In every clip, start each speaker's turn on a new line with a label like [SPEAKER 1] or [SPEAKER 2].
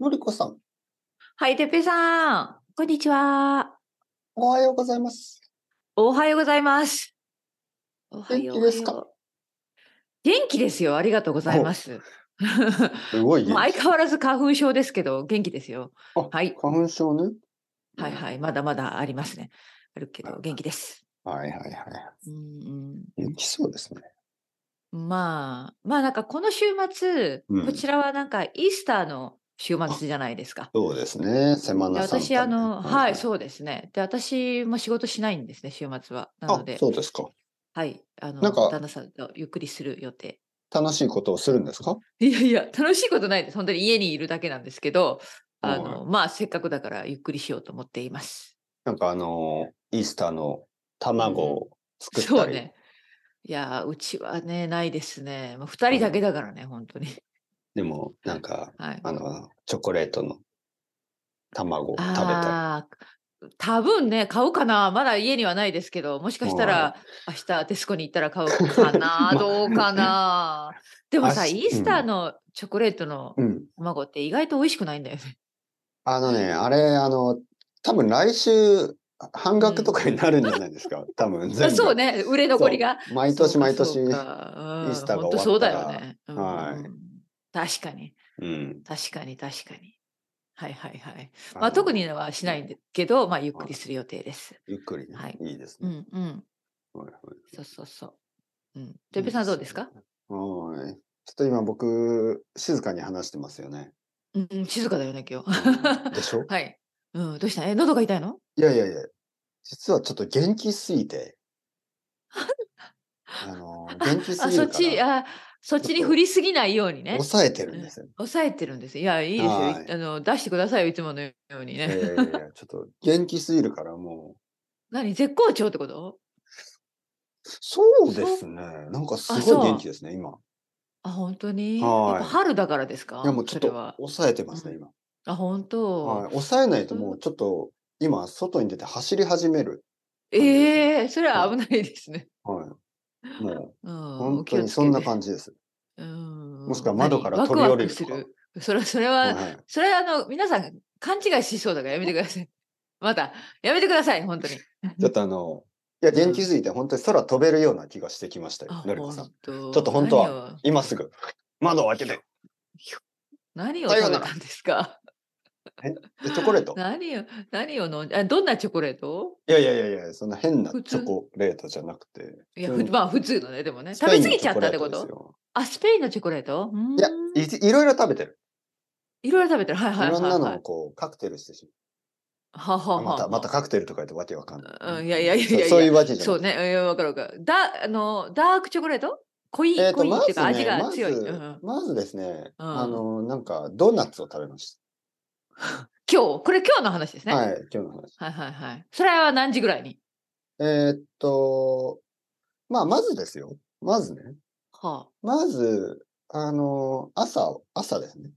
[SPEAKER 1] のりこさん、
[SPEAKER 2] はい、てっぺいさん、こんにちは。
[SPEAKER 1] おはようございます。
[SPEAKER 2] おはようございます。おはよ
[SPEAKER 1] 元
[SPEAKER 2] う。
[SPEAKER 1] 気ですか
[SPEAKER 2] おはよう元気ですよ。ありがとうございます。
[SPEAKER 1] すごい
[SPEAKER 2] もう
[SPEAKER 1] 元
[SPEAKER 2] 相
[SPEAKER 1] 気
[SPEAKER 2] 変わらず花粉症ですけど、元気ですよ。
[SPEAKER 1] あ
[SPEAKER 2] はい、
[SPEAKER 1] 花粉症ね。
[SPEAKER 2] はい、はい、まだまだありますね。あるけど、元気です。
[SPEAKER 1] はいはいは
[SPEAKER 2] うん
[SPEAKER 1] い。できそうですね。
[SPEAKER 2] うん、まあ、まあ、なんかこの週末、
[SPEAKER 1] うん
[SPEAKER 2] こちらはなんかイースターの週末じゃないですか。
[SPEAKER 1] そうですね。セマ
[SPEAKER 2] で
[SPEAKER 1] ナサンタね
[SPEAKER 2] 私、あの、はい、
[SPEAKER 1] う
[SPEAKER 2] そうですね。で、私も仕事しないんですね、週末は。な
[SPEAKER 1] あ
[SPEAKER 2] ので、、
[SPEAKER 1] そうですか。
[SPEAKER 2] はい、あの、
[SPEAKER 1] なんか
[SPEAKER 2] 旦那さんとゆっくりする予定。
[SPEAKER 1] 楽しいことをするんですか
[SPEAKER 2] いやいや、楽しいことないです。本当に家にいるだけなんですけど、
[SPEAKER 1] は
[SPEAKER 2] あの、まあ、せっかくだからゆっくりしようと思っています。
[SPEAKER 1] なんかあの、イースターの卵を作ったり。
[SPEAKER 2] そうね。いやー、うちはね、ないですね。もう二人だけだからね、本当に。
[SPEAKER 1] でも、なんか、
[SPEAKER 2] はい。
[SPEAKER 1] あの、チョコレートの卵を食べた
[SPEAKER 2] ああー、多分ね、買うかな。まだ家にはないですけど、もしかしたら
[SPEAKER 1] は
[SPEAKER 2] 明日テスコに行ったら買う かな。
[SPEAKER 1] ま
[SPEAKER 2] どうかな。でもさ、
[SPEAKER 1] 明
[SPEAKER 2] イ
[SPEAKER 1] 日
[SPEAKER 2] ースターのチョコレートの
[SPEAKER 1] り。うん。
[SPEAKER 2] 卵って意外と美味しくないんだよね。
[SPEAKER 1] あのね、あれ、あの、多分来週、半額とかになるんじゃないです か。多分全部。
[SPEAKER 2] そうね、売れ残りが。
[SPEAKER 1] そう。毎年毎年。
[SPEAKER 2] イ
[SPEAKER 1] イー
[SPEAKER 2] ー
[SPEAKER 1] スターが終わったら
[SPEAKER 2] そうだよね。うん
[SPEAKER 1] はい
[SPEAKER 2] うん確かに、
[SPEAKER 1] うん。
[SPEAKER 2] 確かに、確かに。はいはいはい。
[SPEAKER 1] あ
[SPEAKER 2] ま
[SPEAKER 1] の
[SPEAKER 2] あ、特にはしないんだけど、まあ、ゆっくりする予定です。
[SPEAKER 1] ゆっくりね、
[SPEAKER 2] はいい、
[SPEAKER 1] いです
[SPEAKER 2] う
[SPEAKER 1] ね。
[SPEAKER 2] んうん。
[SPEAKER 1] はいはい
[SPEAKER 2] そうそうそう。うん。てっぺいさんどうですか
[SPEAKER 1] はーい。ちょっと今僕、静かに話してますよ ね。
[SPEAKER 2] うんうん、静かだよね、今
[SPEAKER 1] うんで
[SPEAKER 2] 日。
[SPEAKER 1] しょ
[SPEAKER 2] はい。うん、どうしたえ、喉が痛いの
[SPEAKER 1] いやいやいや、実はちょっと元気すぎ て。あのー、元気す
[SPEAKER 2] あ、
[SPEAKER 1] ぎ
[SPEAKER 2] そ
[SPEAKER 1] る
[SPEAKER 2] っ
[SPEAKER 1] か
[SPEAKER 2] ち、
[SPEAKER 1] ら
[SPEAKER 2] あ、そっちに振りすぎないようにね。
[SPEAKER 1] 抑えてるんですよ。
[SPEAKER 2] 抑えてるんです。いや、いいですよ。
[SPEAKER 1] はい
[SPEAKER 2] あの出してくださいよ、いつものように
[SPEAKER 1] いやい
[SPEAKER 2] ね。
[SPEAKER 1] やいや、ちょっと元気すぎるからもう。
[SPEAKER 2] 何、絶好調ってこと
[SPEAKER 1] そうですね。なんかす
[SPEAKER 2] あ
[SPEAKER 1] ご
[SPEAKER 2] そ
[SPEAKER 1] いう元気ですね、今。
[SPEAKER 2] あ、本当にや
[SPEAKER 1] はい
[SPEAKER 2] っぱ春だからですか
[SPEAKER 1] いやもうちょっ
[SPEAKER 2] それ
[SPEAKER 1] と
[SPEAKER 2] は。
[SPEAKER 1] 抑えてますね、今。
[SPEAKER 2] あ、本当、
[SPEAKER 1] はい。抑えないともうちょっと、今、外に出て走り始める。
[SPEAKER 2] ええそれは危ないですね。
[SPEAKER 1] はい。も
[SPEAKER 2] うん、
[SPEAKER 1] う、
[SPEAKER 2] お
[SPEAKER 1] 本
[SPEAKER 2] 気
[SPEAKER 1] 当
[SPEAKER 2] を
[SPEAKER 1] に
[SPEAKER 2] つ
[SPEAKER 1] そ
[SPEAKER 2] け
[SPEAKER 1] んな
[SPEAKER 2] て
[SPEAKER 1] 感じです。
[SPEAKER 2] うん
[SPEAKER 1] もしくは窓から
[SPEAKER 2] 何
[SPEAKER 1] 飛び降り
[SPEAKER 2] ワクワ
[SPEAKER 1] る
[SPEAKER 2] ク
[SPEAKER 1] と
[SPEAKER 2] す
[SPEAKER 1] か
[SPEAKER 2] る。それそれは、
[SPEAKER 1] はい
[SPEAKER 2] それはあの、皆さん勘違いしそうだからやめてください。 また、やめてください、本当に。
[SPEAKER 1] ちょっとあの、いや、元気づいて、本当に空飛べるような気がしてきましたよ
[SPEAKER 2] あ、、
[SPEAKER 1] のりこさん。
[SPEAKER 2] と
[SPEAKER 1] ちょっと本当は
[SPEAKER 2] 何を
[SPEAKER 1] 今すぐ、窓を開けて、
[SPEAKER 2] 何を
[SPEAKER 1] さよう
[SPEAKER 2] 食
[SPEAKER 1] な
[SPEAKER 2] べ
[SPEAKER 1] ら
[SPEAKER 2] たんですか
[SPEAKER 1] でチョコレート。
[SPEAKER 2] 何を、何を飲んあ、どんなチョコレート
[SPEAKER 1] いやいやいやいや、そんな変なチ
[SPEAKER 2] 普通
[SPEAKER 1] ョコレートじゃなくて。
[SPEAKER 2] いや、
[SPEAKER 1] 普
[SPEAKER 2] ふ
[SPEAKER 1] 通に
[SPEAKER 2] まあ普通のね、でもね。
[SPEAKER 1] ス
[SPEAKER 2] 食
[SPEAKER 1] ペイ
[SPEAKER 2] べ
[SPEAKER 1] ン
[SPEAKER 2] 過
[SPEAKER 1] の
[SPEAKER 2] ぎちゃったってこ
[SPEAKER 1] チョコレー
[SPEAKER 2] と
[SPEAKER 1] ト
[SPEAKER 2] あ、スペインのチョコレートうーん
[SPEAKER 1] ですよいやい、いろいろ食べてる。
[SPEAKER 2] いろいろ食べてる。はい
[SPEAKER 1] い
[SPEAKER 2] はい
[SPEAKER 1] ろ
[SPEAKER 2] はい、
[SPEAKER 1] んなの
[SPEAKER 2] は
[SPEAKER 1] を
[SPEAKER 2] い。
[SPEAKER 1] こう、カクテルしてし
[SPEAKER 2] は
[SPEAKER 1] ま
[SPEAKER 2] は
[SPEAKER 1] う。
[SPEAKER 2] は
[SPEAKER 1] また、また
[SPEAKER 2] は
[SPEAKER 1] カクテルとか言ってわけわかんな
[SPEAKER 2] う
[SPEAKER 1] い。
[SPEAKER 2] んいやいやいやいやいや
[SPEAKER 1] そうそういうわけじゃ
[SPEAKER 2] そう
[SPEAKER 1] ない。
[SPEAKER 2] ね、うんいやわかるわかる。だ、あの、ダークチョコレート濃い、
[SPEAKER 1] えっ
[SPEAKER 2] 濃
[SPEAKER 1] と、
[SPEAKER 2] いっ
[SPEAKER 1] ま
[SPEAKER 2] ていう
[SPEAKER 1] ず
[SPEAKER 2] か味
[SPEAKER 1] ね、ま
[SPEAKER 2] が強い。うんう
[SPEAKER 1] ず
[SPEAKER 2] ん、
[SPEAKER 1] まずですね、
[SPEAKER 2] うん
[SPEAKER 1] あの、なんか、ドーナツを食べまし
[SPEAKER 2] 今日、これ今日の話ですね。
[SPEAKER 1] た。
[SPEAKER 2] は、
[SPEAKER 1] はいい、今日の話。
[SPEAKER 2] はい、はいはいそれは何時ぐらいに
[SPEAKER 1] えーっと、まあ、まずですよ。まずね。
[SPEAKER 2] は
[SPEAKER 1] まず、あの、朝、朝ですね。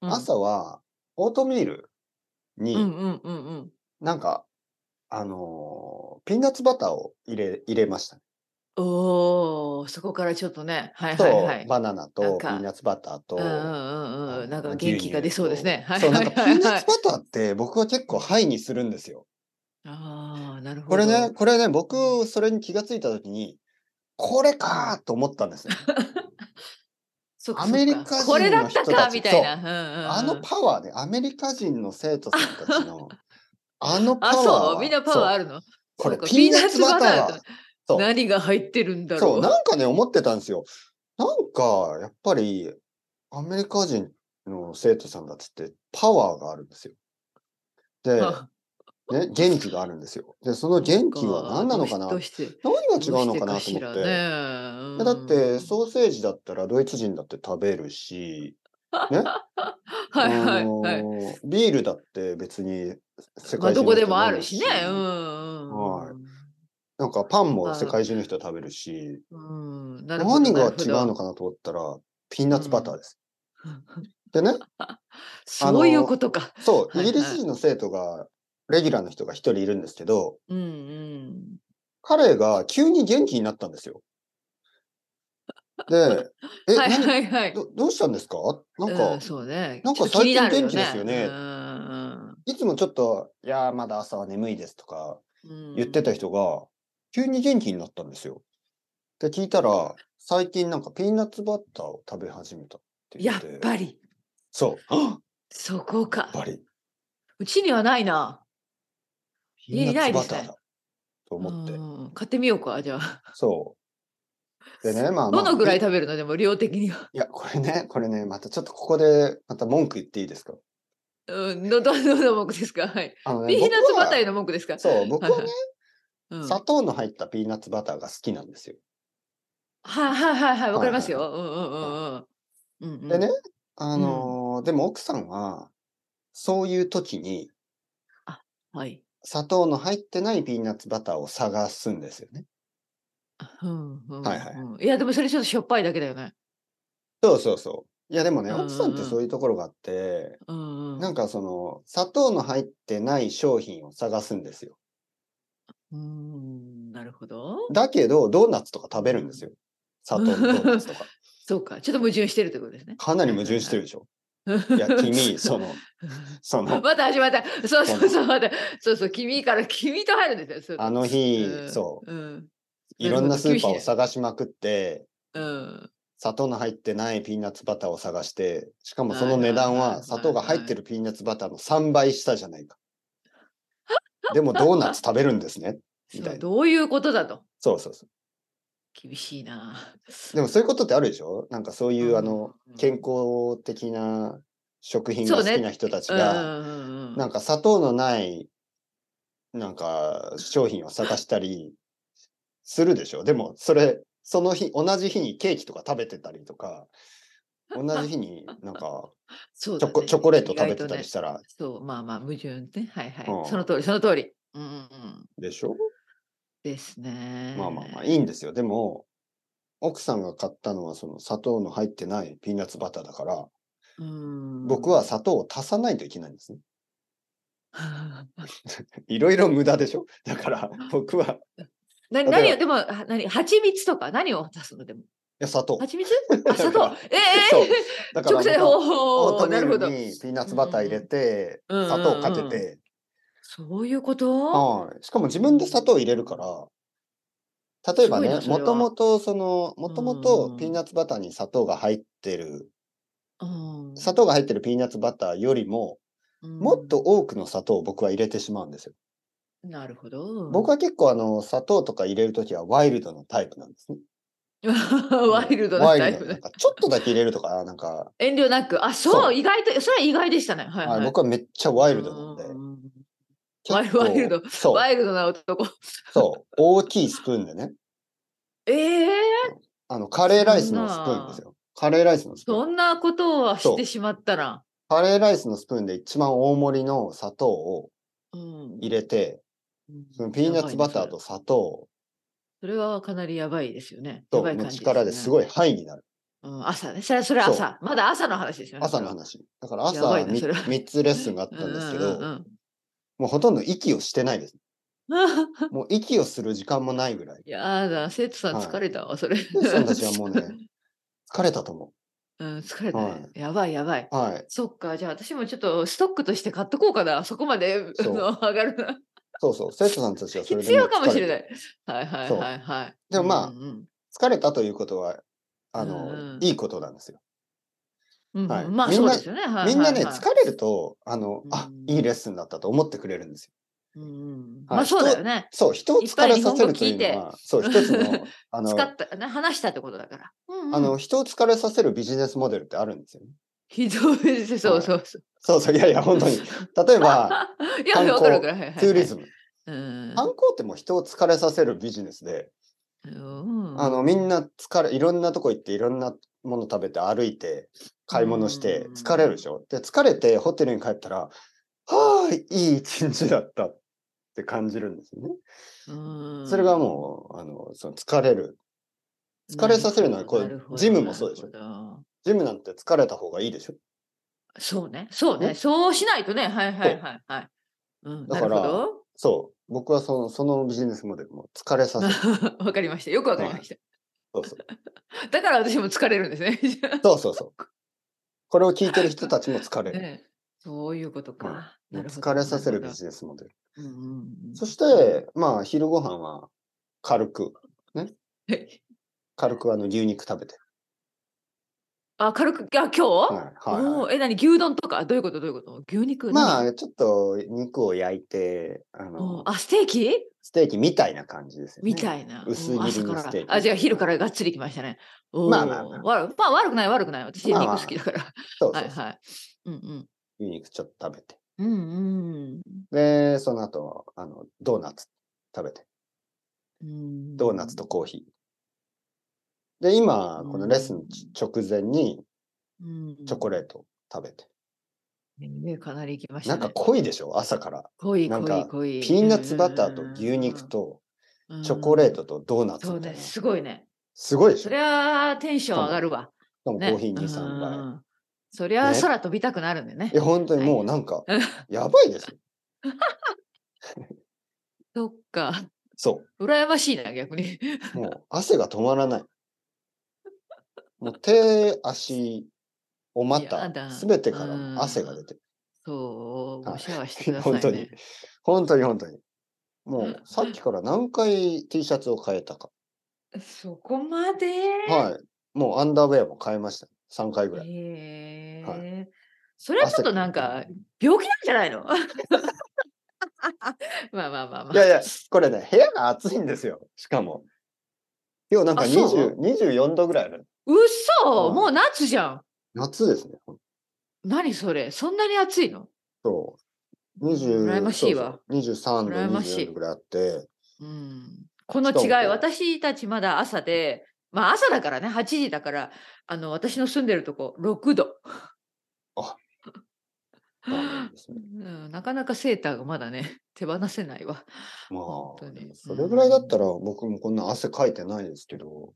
[SPEAKER 2] あ、うん、
[SPEAKER 1] 朝は、オートミール
[SPEAKER 2] うんう
[SPEAKER 1] に、
[SPEAKER 2] んうんうん。
[SPEAKER 1] なんか、あの、ピーナッツバターを入れ、入れましたね。
[SPEAKER 2] おー、そこからちょっとね。はいはい
[SPEAKER 1] と、
[SPEAKER 2] はい。
[SPEAKER 1] バナナ
[SPEAKER 2] な
[SPEAKER 1] と、
[SPEAKER 2] ん
[SPEAKER 1] ピ
[SPEAKER 2] か
[SPEAKER 1] ーナッツバターと、
[SPEAKER 2] うんう
[SPEAKER 1] あ
[SPEAKER 2] んうんうん。
[SPEAKER 1] の
[SPEAKER 2] なんか
[SPEAKER 1] 牛
[SPEAKER 2] 元気
[SPEAKER 1] 乳
[SPEAKER 2] が出そうですね。
[SPEAKER 1] と
[SPEAKER 2] はい
[SPEAKER 1] そう、
[SPEAKER 2] は
[SPEAKER 1] なんか
[SPEAKER 2] い
[SPEAKER 1] ピ
[SPEAKER 2] はい
[SPEAKER 1] ーナ
[SPEAKER 2] は
[SPEAKER 1] ッ
[SPEAKER 2] い
[SPEAKER 1] ツ。バターって僕は結構ハイにするんですよ。
[SPEAKER 2] ああ、なるほど。
[SPEAKER 1] これね、これね、僕、それに気がついたときに、これかーと思ったんですよ。
[SPEAKER 2] そっか
[SPEAKER 1] ア
[SPEAKER 2] そっか
[SPEAKER 1] メリカ人の人たち
[SPEAKER 2] これだったかみたいな。
[SPEAKER 1] そ
[SPEAKER 2] うんうんうん
[SPEAKER 1] あのパワーね、アメリカ人の生徒さんたちの、あのパワ
[SPEAKER 2] あ、
[SPEAKER 1] ーは。
[SPEAKER 2] そう、みんなパワーあるの
[SPEAKER 1] これ
[SPEAKER 2] そうか
[SPEAKER 1] ピーナッツバター
[SPEAKER 2] ピーナッ
[SPEAKER 1] だ
[SPEAKER 2] ツ
[SPEAKER 1] そう
[SPEAKER 2] 何が入ってるんだ
[SPEAKER 1] そ
[SPEAKER 2] ろ
[SPEAKER 1] う
[SPEAKER 2] う。
[SPEAKER 1] なんかね思ってたんですよなんかやっぱりアメリカ人の生徒さんだっつってパワーがあるんですよで、
[SPEAKER 2] あ
[SPEAKER 1] ね、元気があるんですよでその元気は何なのかな
[SPEAKER 2] ど
[SPEAKER 1] 何
[SPEAKER 2] う
[SPEAKER 1] が
[SPEAKER 2] して
[SPEAKER 1] 違うのかなと思って
[SPEAKER 2] て
[SPEAKER 1] だってソーセージだったらドイツ人だって食べるし、
[SPEAKER 2] はいは
[SPEAKER 1] あ
[SPEAKER 2] い
[SPEAKER 1] の
[SPEAKER 2] はい。
[SPEAKER 1] ビールだって別に世
[SPEAKER 2] まあ
[SPEAKER 1] 界中の人
[SPEAKER 2] どこでもあ
[SPEAKER 1] 飲
[SPEAKER 2] る
[SPEAKER 1] む
[SPEAKER 2] しね。うんうんうん
[SPEAKER 1] はいなんかパンも世界中の人食べるし、
[SPEAKER 2] うん。なるほど
[SPEAKER 1] 何が違う
[SPEAKER 2] なる
[SPEAKER 1] の
[SPEAKER 2] ほど
[SPEAKER 1] かなと思ったら、ピーナッツバターです。でね、
[SPEAKER 2] そういうことか。
[SPEAKER 1] そう、
[SPEAKER 2] は
[SPEAKER 1] イ
[SPEAKER 2] い
[SPEAKER 1] ギリス人の生徒が、レギュラーの人が一人いるんですけど、
[SPEAKER 2] うんうん。
[SPEAKER 1] 彼が急に元気になったんですよ。で、え、
[SPEAKER 2] はい
[SPEAKER 1] 何
[SPEAKER 2] はいはい。
[SPEAKER 1] どどうしたんですかなんか、
[SPEAKER 2] うん、そうね。
[SPEAKER 1] なんか
[SPEAKER 2] ちょっと気にる
[SPEAKER 1] 最近元気ですよね
[SPEAKER 2] うん
[SPEAKER 1] いつもちょっと、いやー、まだ朝は眠いですとか
[SPEAKER 2] うんうん
[SPEAKER 1] 言ってた。人が、急に元気になったんですよ。で、聞いたら、最近なんかピーナッツバッターを食べ始めたって言
[SPEAKER 2] や
[SPEAKER 1] っ。
[SPEAKER 2] ってぱり、
[SPEAKER 1] そう。やっ
[SPEAKER 2] そこか。
[SPEAKER 1] ぱり。
[SPEAKER 2] うちにはないな。
[SPEAKER 1] ピーナッツバタ
[SPEAKER 2] いな
[SPEAKER 1] ー
[SPEAKER 2] いですね
[SPEAKER 1] だ。と思って
[SPEAKER 2] う。んうん買ってみようか、じゃあ。
[SPEAKER 1] そう。でね、まあ、ま
[SPEAKER 2] ど
[SPEAKER 1] あ
[SPEAKER 2] のぐらい
[SPEAKER 1] い
[SPEAKER 2] 食べるのでも量的には。
[SPEAKER 1] や、これね、これね、またちょっとここで、また文句言っていいですか
[SPEAKER 2] うん、ど、ど、どの文句ですかはい。
[SPEAKER 1] あのね
[SPEAKER 2] ピーナッツバターへ
[SPEAKER 1] 僕は
[SPEAKER 2] の文句ですか
[SPEAKER 1] そう、僕は
[SPEAKER 2] は
[SPEAKER 1] ね、
[SPEAKER 2] いうん
[SPEAKER 1] 砂糖の入ったピーナッツバターが好きなんですよ。
[SPEAKER 2] はいはいはいはい、わかりますよ。
[SPEAKER 1] は
[SPEAKER 2] うんうんうんうん。うんうん
[SPEAKER 1] でね、、あのーでも奥さんは、そういう時に
[SPEAKER 2] はい。
[SPEAKER 1] 砂糖の入ってないピーナッツバターを探すんですよね。
[SPEAKER 2] うんうんうん
[SPEAKER 1] はいはい
[SPEAKER 2] いや、でもそれちょっとしょっぱいだけだよね。
[SPEAKER 1] そうそうそう。いやでもね、
[SPEAKER 2] うんうんうん
[SPEAKER 1] 奥さんってそういうところがあって、
[SPEAKER 2] うんうん。
[SPEAKER 1] なんかその、砂糖の入ってない商品を探すんですよ。
[SPEAKER 2] うん、なるほど。
[SPEAKER 1] だけど、ドーナツとか食べるんですよ。砂糖のドーナツと か。
[SPEAKER 2] そうか、ちょっと矛盾してるということですね。
[SPEAKER 1] かなり矛盾してるでしょ。いや、君、その、その、
[SPEAKER 2] また始まった。そうそうそう、また。そうそう、君から、君と入るんですよ。そう
[SPEAKER 1] あの日、
[SPEAKER 2] うん
[SPEAKER 1] そう、
[SPEAKER 2] うん。
[SPEAKER 1] いろんなスーパーを探しまくって、
[SPEAKER 2] うん。
[SPEAKER 1] 砂糖の入ってないピーナッツバターを探して、しかもそ
[SPEAKER 2] は
[SPEAKER 1] の
[SPEAKER 2] いはい
[SPEAKER 1] 値段
[SPEAKER 2] はいは
[SPEAKER 1] はい砂糖が入ってるピーナッツバターの3倍したじゃないか。でもドーナツ食べるんですね。みた
[SPEAKER 2] そ、
[SPEAKER 1] いうな。
[SPEAKER 2] どういうことだと。
[SPEAKER 1] そうそうそ
[SPEAKER 2] 厳しいな。
[SPEAKER 1] う。でもそういうことってあるでしょなんかそういう、
[SPEAKER 2] うん
[SPEAKER 1] あの、健康的な食品が
[SPEAKER 2] そ
[SPEAKER 1] 好
[SPEAKER 2] うね
[SPEAKER 1] きな人たち
[SPEAKER 2] うん
[SPEAKER 1] が、
[SPEAKER 2] うんうんうん
[SPEAKER 1] なんか砂糖のない、なんか商品を探したりするでしょでもそれ、その日、同じ日にケーキとか食べてたりとか、同じ日になんか
[SPEAKER 2] そう
[SPEAKER 1] チ
[SPEAKER 2] だ
[SPEAKER 1] ョ
[SPEAKER 2] ね
[SPEAKER 1] コチョコレート食べ
[SPEAKER 2] 意
[SPEAKER 1] て
[SPEAKER 2] 外と
[SPEAKER 1] た
[SPEAKER 2] ね
[SPEAKER 1] りしたら、
[SPEAKER 2] そう、まあまあ、矛盾ね。はいはい。
[SPEAKER 1] うん
[SPEAKER 2] その通り、その通り。うんうんうん。
[SPEAKER 1] でしょ、
[SPEAKER 2] ですね。
[SPEAKER 1] まあまあまあいいんですよ。でも、奥さんが買ったのはその砂糖の入ってないピーナッツバターだから、
[SPEAKER 2] うん
[SPEAKER 1] 僕は。砂糖を足さないといけないんですね。
[SPEAKER 2] ない
[SPEAKER 1] ろいろ無駄でしょだ から僕は、いら
[SPEAKER 2] 何を、でも、は何、蜂蜜とか、何を足すのでも。
[SPEAKER 1] や砂糖。
[SPEAKER 2] 蜂蜜あ、砂
[SPEAKER 1] だか
[SPEAKER 2] 糖
[SPEAKER 1] ら。
[SPEAKER 2] え
[SPEAKER 1] そう
[SPEAKER 2] え
[SPEAKER 1] だ
[SPEAKER 2] 直線
[SPEAKER 1] 僕は
[SPEAKER 2] 方
[SPEAKER 1] オー
[SPEAKER 2] 法。
[SPEAKER 1] トミ
[SPEAKER 2] なるほ
[SPEAKER 1] ー
[SPEAKER 2] ど
[SPEAKER 1] ル。にピーナッツバター入れて、
[SPEAKER 2] うんうん
[SPEAKER 1] 砂糖をかけ
[SPEAKER 2] うん
[SPEAKER 1] て、
[SPEAKER 2] そういうこと
[SPEAKER 1] はい。しかも自分で砂糖を入れるから、例えばね
[SPEAKER 2] す、ごいなそ
[SPEAKER 1] も
[SPEAKER 2] れは
[SPEAKER 1] ともとその、もとも
[SPEAKER 2] う
[SPEAKER 1] と
[SPEAKER 2] ん
[SPEAKER 1] ピーナッツバターに砂糖が入ってる、
[SPEAKER 2] うん
[SPEAKER 1] 砂糖が入ってるピーナッツバターよりも、もっと多くの砂糖を僕は入れてしまうんですよ。
[SPEAKER 2] うんなるほど。
[SPEAKER 1] 僕は結構あの、砂糖とか入れるときはワイルドなタイプなんですね。
[SPEAKER 2] ワイルドなタイプ
[SPEAKER 1] ワイルドなんかちょっとだけ入れるとか、なんか、
[SPEAKER 2] 遠慮なく。あ、そう、
[SPEAKER 1] そう
[SPEAKER 2] 意外と、それは意外でしたね。はい、
[SPEAKER 1] は
[SPEAKER 2] はいい。
[SPEAKER 1] 僕はめっちゃワイルドなんで
[SPEAKER 2] う。ん
[SPEAKER 1] 結構
[SPEAKER 2] ワイルド
[SPEAKER 1] そう
[SPEAKER 2] ワ、イルドな男。
[SPEAKER 1] そう。大きいスプーンでね。
[SPEAKER 2] ええ
[SPEAKER 1] あの、カレーライスのスプーンですよ。カレーライスのスプ
[SPEAKER 2] そ
[SPEAKER 1] ーン。
[SPEAKER 2] んなことを
[SPEAKER 1] そ
[SPEAKER 2] し
[SPEAKER 1] う
[SPEAKER 2] てしまったら。
[SPEAKER 1] カレーライスのスプーンで一番大盛りの砂糖を
[SPEAKER 2] うん
[SPEAKER 1] 入れて、そのピーナッツバターと。砂糖を
[SPEAKER 2] それはかなりやばいですよね。や
[SPEAKER 1] と
[SPEAKER 2] ばい
[SPEAKER 1] の
[SPEAKER 2] 感じ
[SPEAKER 1] 力です
[SPEAKER 2] い、
[SPEAKER 1] ごいハイになる。
[SPEAKER 2] うん。朝ね。それはそれは
[SPEAKER 1] そう
[SPEAKER 2] 朝。まだ朝の話ですよね。
[SPEAKER 1] 朝の話。だから
[SPEAKER 2] や
[SPEAKER 1] 朝
[SPEAKER 2] ばいなそれは
[SPEAKER 1] 3つレッスンがあったんですけ
[SPEAKER 2] うんうん
[SPEAKER 1] ど、もうほとんど息をしてないです。
[SPEAKER 2] うん うん
[SPEAKER 1] もう息をする時間もないぐらい。
[SPEAKER 2] やだ、生徒さん
[SPEAKER 1] はい
[SPEAKER 2] 疲れたわ、それ。
[SPEAKER 1] 生徒さんたちはもうね、疲れたと思
[SPEAKER 2] うん、疲れた、
[SPEAKER 1] は
[SPEAKER 2] ねやばいやばい。
[SPEAKER 1] う。はい。
[SPEAKER 2] そっか、じゃあ私もちょっとストックとして買っとこうかな。そこまであ
[SPEAKER 1] そう
[SPEAKER 2] の 上がるな。
[SPEAKER 1] そうそう。生徒さんたちはそれで
[SPEAKER 2] 必要かもしれ
[SPEAKER 1] い。
[SPEAKER 2] ない。はいはい
[SPEAKER 1] そう
[SPEAKER 2] はいはい。
[SPEAKER 1] でもまあ
[SPEAKER 2] うんうん
[SPEAKER 1] 疲れたということは、あ
[SPEAKER 2] うん
[SPEAKER 1] の
[SPEAKER 2] う、ん
[SPEAKER 1] いいことなんですよ。
[SPEAKER 2] うんうん
[SPEAKER 1] はい
[SPEAKER 2] まあ
[SPEAKER 1] みん
[SPEAKER 2] そ
[SPEAKER 1] な
[SPEAKER 2] うですよね。はいはいはい
[SPEAKER 1] みんなね、疲れると、あの、あ
[SPEAKER 2] う、ん
[SPEAKER 1] いいレッスンだったと思ってくれるんですよ。
[SPEAKER 2] うんうん
[SPEAKER 1] はい
[SPEAKER 2] まあそうだよね。
[SPEAKER 1] そう、人を
[SPEAKER 2] いっ
[SPEAKER 1] 疲
[SPEAKER 2] ぱい
[SPEAKER 1] れ
[SPEAKER 2] 日
[SPEAKER 1] さ
[SPEAKER 2] 本
[SPEAKER 1] せ
[SPEAKER 2] 語
[SPEAKER 1] るとい
[SPEAKER 2] 聞いうて
[SPEAKER 1] のは、そう、一つ の、あの
[SPEAKER 2] 使、った、ね、話したってことだから。うんうん
[SPEAKER 1] あの、人を疲れさせるビジネスモデルってあるんですよね。
[SPEAKER 2] ひどいです。そうそうそう。
[SPEAKER 1] そうそう、いやいや、本当 に。例えば、
[SPEAKER 2] いや、
[SPEAKER 1] 観光
[SPEAKER 2] わかるわかる。はいはいはい
[SPEAKER 1] ツーリズム。
[SPEAKER 2] うん。
[SPEAKER 1] 観光ってもう人を疲れさせるビジネスで、
[SPEAKER 2] うん
[SPEAKER 1] あの、みんな疲れ、いろんなとこ行って、いろんなもの食べて、歩いて、買い物して
[SPEAKER 2] う、ん
[SPEAKER 1] 疲れるでしょで、疲れてホテルに帰ったら、はあ、いい一日だったって感じるんですよね。
[SPEAKER 2] うん
[SPEAKER 1] それがもう、あの、その疲れる。疲れさせるのはこう
[SPEAKER 2] なるほど
[SPEAKER 1] ジムもそうでしょ。
[SPEAKER 2] なるほど
[SPEAKER 1] ジムなんて疲れた方がいいでしょ
[SPEAKER 2] そうね、そうね、
[SPEAKER 1] ね
[SPEAKER 2] そうしないとね、はいはいはいはい。うん、
[SPEAKER 1] だ
[SPEAKER 2] な
[SPEAKER 1] か
[SPEAKER 2] る
[SPEAKER 1] ら
[SPEAKER 2] ほど。
[SPEAKER 1] そう。僕はその、そのビジネスモデルも疲れさせる。
[SPEAKER 2] わかりました。よくわかりました。
[SPEAKER 1] そうそう
[SPEAKER 2] だから私も疲れるんですね。
[SPEAKER 1] そうそうそう。これを聞いてる人たちも疲れる。
[SPEAKER 2] ねそういうことか。なるほど
[SPEAKER 1] 疲れさせる
[SPEAKER 2] な
[SPEAKER 1] ビ
[SPEAKER 2] ほ
[SPEAKER 1] ジネスモデル。
[SPEAKER 2] どうんうんうん
[SPEAKER 1] そして、まあ、昼ご飯は軽く、
[SPEAKER 2] はい
[SPEAKER 1] 軽くあの牛肉食べて。
[SPEAKER 2] あ、軽く、あ、今日、
[SPEAKER 1] はいはいはい
[SPEAKER 2] おーえ、何牛丼とかどういうことどういうこと牛肉
[SPEAKER 1] ま
[SPEAKER 2] あ、
[SPEAKER 1] あ、ちょっと肉を焼いて、あの
[SPEAKER 2] お、あ、ステーキ
[SPEAKER 1] ステーキみたいな感じですよね。
[SPEAKER 2] みたいな。
[SPEAKER 1] 薄
[SPEAKER 2] おー
[SPEAKER 1] 切りの
[SPEAKER 2] 朝
[SPEAKER 1] ス
[SPEAKER 2] か
[SPEAKER 1] テー
[SPEAKER 2] ら
[SPEAKER 1] キ。
[SPEAKER 2] あ、じゃあ昼からがっつりきましたね。おー
[SPEAKER 1] まあまあまあ
[SPEAKER 2] わるまあ悪くない悪くない。私肉
[SPEAKER 1] まあまあ
[SPEAKER 2] 好きだから。
[SPEAKER 1] そう
[SPEAKER 2] は
[SPEAKER 1] そう
[SPEAKER 2] い
[SPEAKER 1] そう。
[SPEAKER 2] はい。うん
[SPEAKER 1] 牛肉ちょっと食べて。
[SPEAKER 2] うん。うん
[SPEAKER 1] で、その後、あの、ドーナツ食べて。
[SPEAKER 2] うんうん。
[SPEAKER 1] ドーナツとコーヒー。で、今、このレッスン直前に
[SPEAKER 2] うん
[SPEAKER 1] チョコレート食べて。
[SPEAKER 2] ねかなりいきました
[SPEAKER 1] なん
[SPEAKER 2] ね。
[SPEAKER 1] か濃いでしょ朝から。
[SPEAKER 2] 濃い
[SPEAKER 1] なん
[SPEAKER 2] 濃
[SPEAKER 1] か
[SPEAKER 2] い濃い。
[SPEAKER 1] ピーナッツバターと牛肉とチョコレート
[SPEAKER 2] と。
[SPEAKER 1] とドーナツ
[SPEAKER 2] そ
[SPEAKER 1] み
[SPEAKER 2] う
[SPEAKER 1] たい
[SPEAKER 2] ね、
[SPEAKER 1] な。
[SPEAKER 2] すごいね。
[SPEAKER 1] すごいでし
[SPEAKER 2] そ
[SPEAKER 1] ょ
[SPEAKER 2] りゃあテンション上がるわ。
[SPEAKER 1] しかもコ
[SPEAKER 2] ね
[SPEAKER 1] ーヒー2、3
[SPEAKER 2] う
[SPEAKER 1] 杯。
[SPEAKER 2] んそりゃあ
[SPEAKER 1] ね
[SPEAKER 2] 空飛びたくなるんだよね
[SPEAKER 1] い。や、本当にもうなんか、やばいでしょ。
[SPEAKER 2] そっか。
[SPEAKER 1] そ
[SPEAKER 2] 羨ましいな、逆に。
[SPEAKER 1] う。もう汗が止まらない。もう手、足、お
[SPEAKER 2] や
[SPEAKER 1] 股、
[SPEAKER 2] だ
[SPEAKER 1] すべてから汗が出てる。
[SPEAKER 2] そう、
[SPEAKER 1] は
[SPEAKER 2] お
[SPEAKER 1] い
[SPEAKER 2] 世話してください、
[SPEAKER 1] 本
[SPEAKER 2] ね。
[SPEAKER 1] 当に。本当に本当に。もうさっきから何回 T シャツを変えたか。
[SPEAKER 2] そこまで、
[SPEAKER 1] はい。もうアンダーウェアも変えました。3回ぐらい。
[SPEAKER 2] へえ、
[SPEAKER 1] は
[SPEAKER 2] それはちょっとなんか、病気なんじゃないの まあまあまあまあ。
[SPEAKER 1] いやいや、これね、部屋が暑いんですよ。しかも。今日なんか
[SPEAKER 2] あそう
[SPEAKER 1] 20 24度ぐらいある。
[SPEAKER 2] うそ、
[SPEAKER 1] うん
[SPEAKER 2] もう夏じゃん。
[SPEAKER 1] 夏ですね。
[SPEAKER 2] 何それそんなに暑いの
[SPEAKER 1] そう。20
[SPEAKER 2] 羨ましいわ
[SPEAKER 1] そうそう23度、
[SPEAKER 2] 羨ましい
[SPEAKER 1] 24度ぐらいあって。
[SPEAKER 2] うん。この
[SPEAKER 1] しかも
[SPEAKER 2] 違
[SPEAKER 1] こ
[SPEAKER 2] い、
[SPEAKER 1] う
[SPEAKER 2] 私たちまだ朝で、まあ朝だからね、8時だから、あの、私の住んでるとこ、6度。
[SPEAKER 1] あそうなんですね
[SPEAKER 2] うんなかなかセーターがまだね、手放せないわ。
[SPEAKER 1] まあ
[SPEAKER 2] 本当、に
[SPEAKER 1] それぐらいだったら僕もこんな汗かいてないですけど、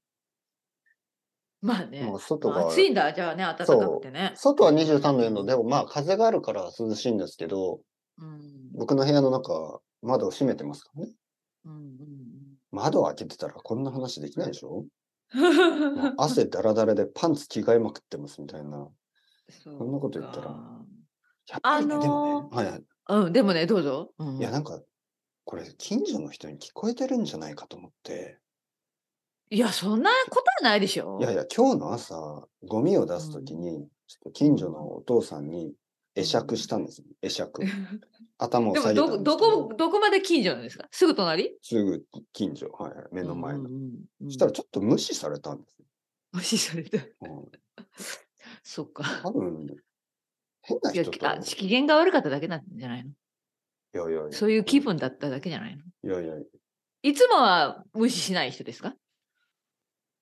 [SPEAKER 2] まあね。
[SPEAKER 1] まあ外が
[SPEAKER 2] 暑いんだ、じゃあね、暖かくてね。
[SPEAKER 1] 外は23度の、でもまあ風があるから涼しいんですけど、
[SPEAKER 2] うん
[SPEAKER 1] 僕の部屋の中、窓を閉めてますからね。
[SPEAKER 2] うん
[SPEAKER 1] 窓を開けてたらこんな話できないでし ょ
[SPEAKER 2] うん
[SPEAKER 1] もう
[SPEAKER 2] うん
[SPEAKER 1] 汗だらだらでパンツ着替えまくってますみたいな。
[SPEAKER 2] そ
[SPEAKER 1] んなこと言ったら
[SPEAKER 2] ら。
[SPEAKER 1] やっぱりね、
[SPEAKER 2] あのー
[SPEAKER 1] でもね、はいはい、
[SPEAKER 2] うん、でもね、どうぞ。うん
[SPEAKER 1] いや、なんか、これ近所の人に聞こえてるんじゃないかと思って、
[SPEAKER 2] いや、そんなことはないでしょ。
[SPEAKER 1] いやいや、今日の朝、ゴミを出すときに、ちょっと近所のお父さんに会釈したんですよ。会釈。頭を
[SPEAKER 2] で
[SPEAKER 1] 下
[SPEAKER 2] も
[SPEAKER 1] げたん
[SPEAKER 2] ど
[SPEAKER 1] です
[SPEAKER 2] こ、
[SPEAKER 1] け
[SPEAKER 2] どこ、どこまで近所なんですかすぐ隣
[SPEAKER 1] すぐ近所、はいはい、目の前の。
[SPEAKER 2] うんうんうん
[SPEAKER 1] そしたらちょっと無視されたんですよ。
[SPEAKER 2] 無視された。
[SPEAKER 1] うん
[SPEAKER 2] そっ
[SPEAKER 1] 多
[SPEAKER 2] か。
[SPEAKER 1] 分、変ない
[SPEAKER 2] や
[SPEAKER 1] 人、だ
[SPEAKER 2] あ
[SPEAKER 1] ろうな
[SPEAKER 2] 機嫌が悪かっただけなんじゃないの
[SPEAKER 1] いやいやいや。
[SPEAKER 2] そういう気分だっただけじゃないの
[SPEAKER 1] いやいやい
[SPEAKER 2] いつもは無視しない人ですか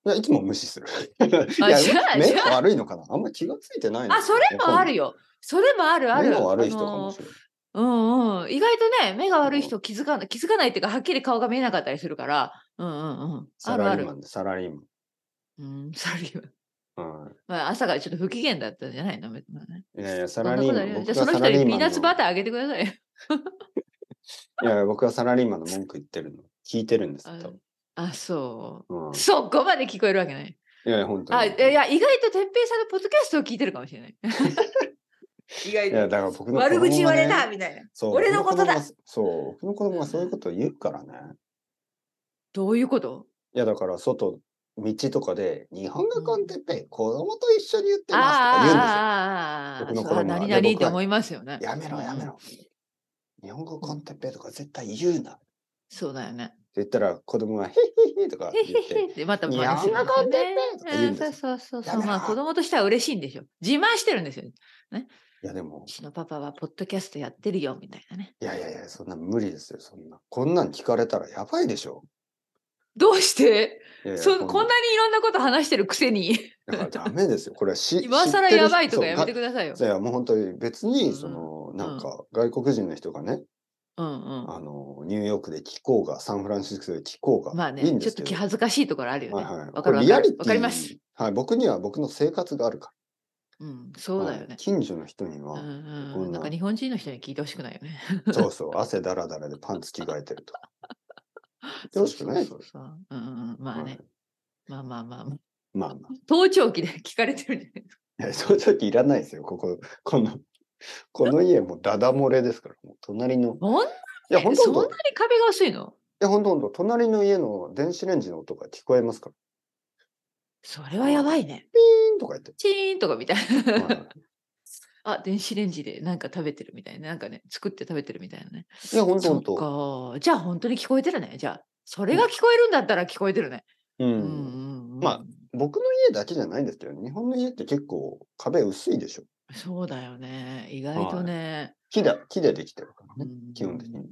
[SPEAKER 1] や。いつも無視する。いや
[SPEAKER 2] じゃあ
[SPEAKER 1] 目
[SPEAKER 2] じゃ
[SPEAKER 1] が悪いのかなあんまり気がついてないの
[SPEAKER 2] あ、それもある
[SPEAKER 1] よ。
[SPEAKER 2] よ。それもあるある。
[SPEAKER 1] 目が悪い人か
[SPEAKER 2] あの
[SPEAKER 1] も
[SPEAKER 2] ー
[SPEAKER 1] しれない。
[SPEAKER 2] うんうん、意外とね、目が悪い人気づかない、気づかないっていうか、はっきり顔が見えなかったりするから、うんうんうん。あ
[SPEAKER 1] サ
[SPEAKER 2] る
[SPEAKER 1] ラ
[SPEAKER 2] あ
[SPEAKER 1] リー
[SPEAKER 2] る
[SPEAKER 1] マ。ンで、サラリー
[SPEAKER 2] うん、サラリーマン。
[SPEAKER 1] マン。は
[SPEAKER 2] まあ、朝からちょっと不機嫌だったんじゃないの、まあね、
[SPEAKER 1] い。いやいや、サ
[SPEAKER 2] そん
[SPEAKER 1] ラ
[SPEAKER 2] な
[SPEAKER 1] リー
[SPEAKER 2] こと
[SPEAKER 1] マ
[SPEAKER 2] あ
[SPEAKER 1] ン。
[SPEAKER 2] ります
[SPEAKER 1] 僕
[SPEAKER 2] じ
[SPEAKER 1] は
[SPEAKER 2] ゃあ、その
[SPEAKER 1] サ
[SPEAKER 2] 人
[SPEAKER 1] ラリ
[SPEAKER 2] に
[SPEAKER 1] ー
[SPEAKER 2] ピ
[SPEAKER 1] マ
[SPEAKER 2] ー
[SPEAKER 1] ン
[SPEAKER 2] ナッツバ
[SPEAKER 1] の
[SPEAKER 2] ターあげてくださいよ。
[SPEAKER 1] いやいや、僕はサラリーマンの文句言ってるの。聞いてるんですよ、多分
[SPEAKER 2] あ、そ
[SPEAKER 1] うん
[SPEAKER 2] う。そこまで聞こえるわけない。
[SPEAKER 1] いやいや、本当
[SPEAKER 2] あ、
[SPEAKER 1] に。
[SPEAKER 2] いや、いや意外とてっぺいさんのポッドキャストを聞いてるかもしれない。 意外
[SPEAKER 1] いやだから僕の
[SPEAKER 2] 悪口言われた
[SPEAKER 1] た
[SPEAKER 2] みたいな。
[SPEAKER 1] 俺
[SPEAKER 2] 俺のことだ
[SPEAKER 1] そう、僕の子供がそういうことを言うからね。
[SPEAKER 2] どういうこと
[SPEAKER 1] いや、だから外、道とかで、日本語コンテッペイ、子供と一緒に言ってますとか言うんですよ。
[SPEAKER 2] あーあー、あーあー、
[SPEAKER 1] 僕の
[SPEAKER 2] そう
[SPEAKER 1] 子供は
[SPEAKER 2] 何
[SPEAKER 1] で
[SPEAKER 2] 々っ
[SPEAKER 1] 僕
[SPEAKER 2] て
[SPEAKER 1] は
[SPEAKER 2] 思いますよね。
[SPEAKER 1] やめろやめろ。日本語コンテッペイとか絶対言うな。って
[SPEAKER 2] そうだよね。
[SPEAKER 1] 言ったら子供がヘヘヘとか
[SPEAKER 2] へ
[SPEAKER 1] 言っ
[SPEAKER 2] へへ
[SPEAKER 1] て。
[SPEAKER 2] ってまた
[SPEAKER 1] い
[SPEAKER 2] 真
[SPEAKER 1] や
[SPEAKER 2] 似するんです
[SPEAKER 1] あん
[SPEAKER 2] よ
[SPEAKER 1] なこと言う
[SPEAKER 2] ね
[SPEAKER 1] ん。
[SPEAKER 2] う
[SPEAKER 1] だ
[SPEAKER 2] んそうそうそう
[SPEAKER 1] や
[SPEAKER 2] そう。
[SPEAKER 1] めろ
[SPEAKER 2] まあ子供としては嬉しいんでしょ。自慢してるんですよ。
[SPEAKER 1] いやでも
[SPEAKER 2] う、ちのパパはポッドキャストやってるよみたいなね。
[SPEAKER 1] いやいやいや、そんな無理ですよ、そんな。こんなん聞かれたらやばいでしょ。
[SPEAKER 2] どうして
[SPEAKER 1] いやいや
[SPEAKER 2] そこんなにいろんなこと話してるくせに
[SPEAKER 1] だ からダメですよ。これはし
[SPEAKER 2] 今更やばいとかやめてくださいよ
[SPEAKER 1] だ。いや、もう本当に別に、その、
[SPEAKER 2] ん
[SPEAKER 1] なんか、外国人の人がね、
[SPEAKER 2] うんうん。
[SPEAKER 1] あの、ニューヨークで聞こうが、サンフランシスコで聞こうが、
[SPEAKER 2] まあ
[SPEAKER 1] いいん
[SPEAKER 2] ね、
[SPEAKER 1] で
[SPEAKER 2] ちょ
[SPEAKER 1] す
[SPEAKER 2] っと
[SPEAKER 1] けど。
[SPEAKER 2] 気恥ずかしいところあるよね。
[SPEAKER 1] はいはい。
[SPEAKER 2] わかる
[SPEAKER 1] これ
[SPEAKER 2] わ
[SPEAKER 1] リ
[SPEAKER 2] か
[SPEAKER 1] アリテ。
[SPEAKER 2] る
[SPEAKER 1] ィ
[SPEAKER 2] わかります。。
[SPEAKER 1] はい、僕には僕の生活があるか
[SPEAKER 2] うん、
[SPEAKER 1] ら。
[SPEAKER 2] そうだよ
[SPEAKER 1] はい
[SPEAKER 2] ね。
[SPEAKER 1] 近所の人には、
[SPEAKER 2] うん
[SPEAKER 1] こ
[SPEAKER 2] うんん、
[SPEAKER 1] な
[SPEAKER 2] なんか日本人の人に聞いてほしくないよね。
[SPEAKER 1] そうそう、汗だらだらでパンツ着替えてるとか。よろしくない
[SPEAKER 2] そうそうそうそううんうん、まあね、
[SPEAKER 1] はい
[SPEAKER 2] まあまあまあまあ。
[SPEAKER 1] まあま
[SPEAKER 2] 盗聴器で聞かれてるんじゃないですか。
[SPEAKER 1] あ。いや盗聴器いらないですよ、ここ、この、この家もダダ漏れですから、もう隣の。
[SPEAKER 2] ほん
[SPEAKER 1] いや、ほんと
[SPEAKER 2] そ
[SPEAKER 1] ほ
[SPEAKER 2] ん
[SPEAKER 1] ん
[SPEAKER 2] な
[SPEAKER 1] と
[SPEAKER 2] に壁が薄いの
[SPEAKER 1] いや、ほんとほんと、隣の家の電子レンジの音が聞こえますから。
[SPEAKER 2] それはやばいね。
[SPEAKER 1] ピーンとか言っ て。
[SPEAKER 2] チーンとかみたいな。
[SPEAKER 1] はい
[SPEAKER 2] あ、電子レンジでなんか食べてるみたいな。なんかね、作って食べてるみたいなね。
[SPEAKER 1] いや、ほんと
[SPEAKER 2] そ
[SPEAKER 1] ほんと。
[SPEAKER 2] っか。じゃあ本当に聞こえてるね。じゃあ、それが聞こえるんだったら聞こえてるね。
[SPEAKER 1] う
[SPEAKER 2] うんうん
[SPEAKER 1] ん。
[SPEAKER 2] うん。
[SPEAKER 1] ま僕の家だけじゃないんですけど、日本の家って結構壁薄いでしょ。
[SPEAKER 2] そうだよね。意外とね。
[SPEAKER 1] 木で、木でできてるから
[SPEAKER 2] う
[SPEAKER 1] ね。
[SPEAKER 2] ん
[SPEAKER 1] 基本的に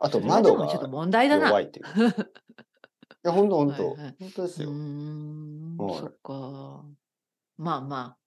[SPEAKER 1] あ
[SPEAKER 2] そ
[SPEAKER 1] と
[SPEAKER 2] れはで
[SPEAKER 1] 窓
[SPEAKER 2] も
[SPEAKER 1] が
[SPEAKER 2] ちょっと問題だな。
[SPEAKER 1] 弱いっていう。 いや、ほんとほんと。
[SPEAKER 2] はいはい
[SPEAKER 1] ほんとです
[SPEAKER 2] うー
[SPEAKER 1] よ。
[SPEAKER 2] ん、
[SPEAKER 1] はい
[SPEAKER 2] そっか。まあまあ、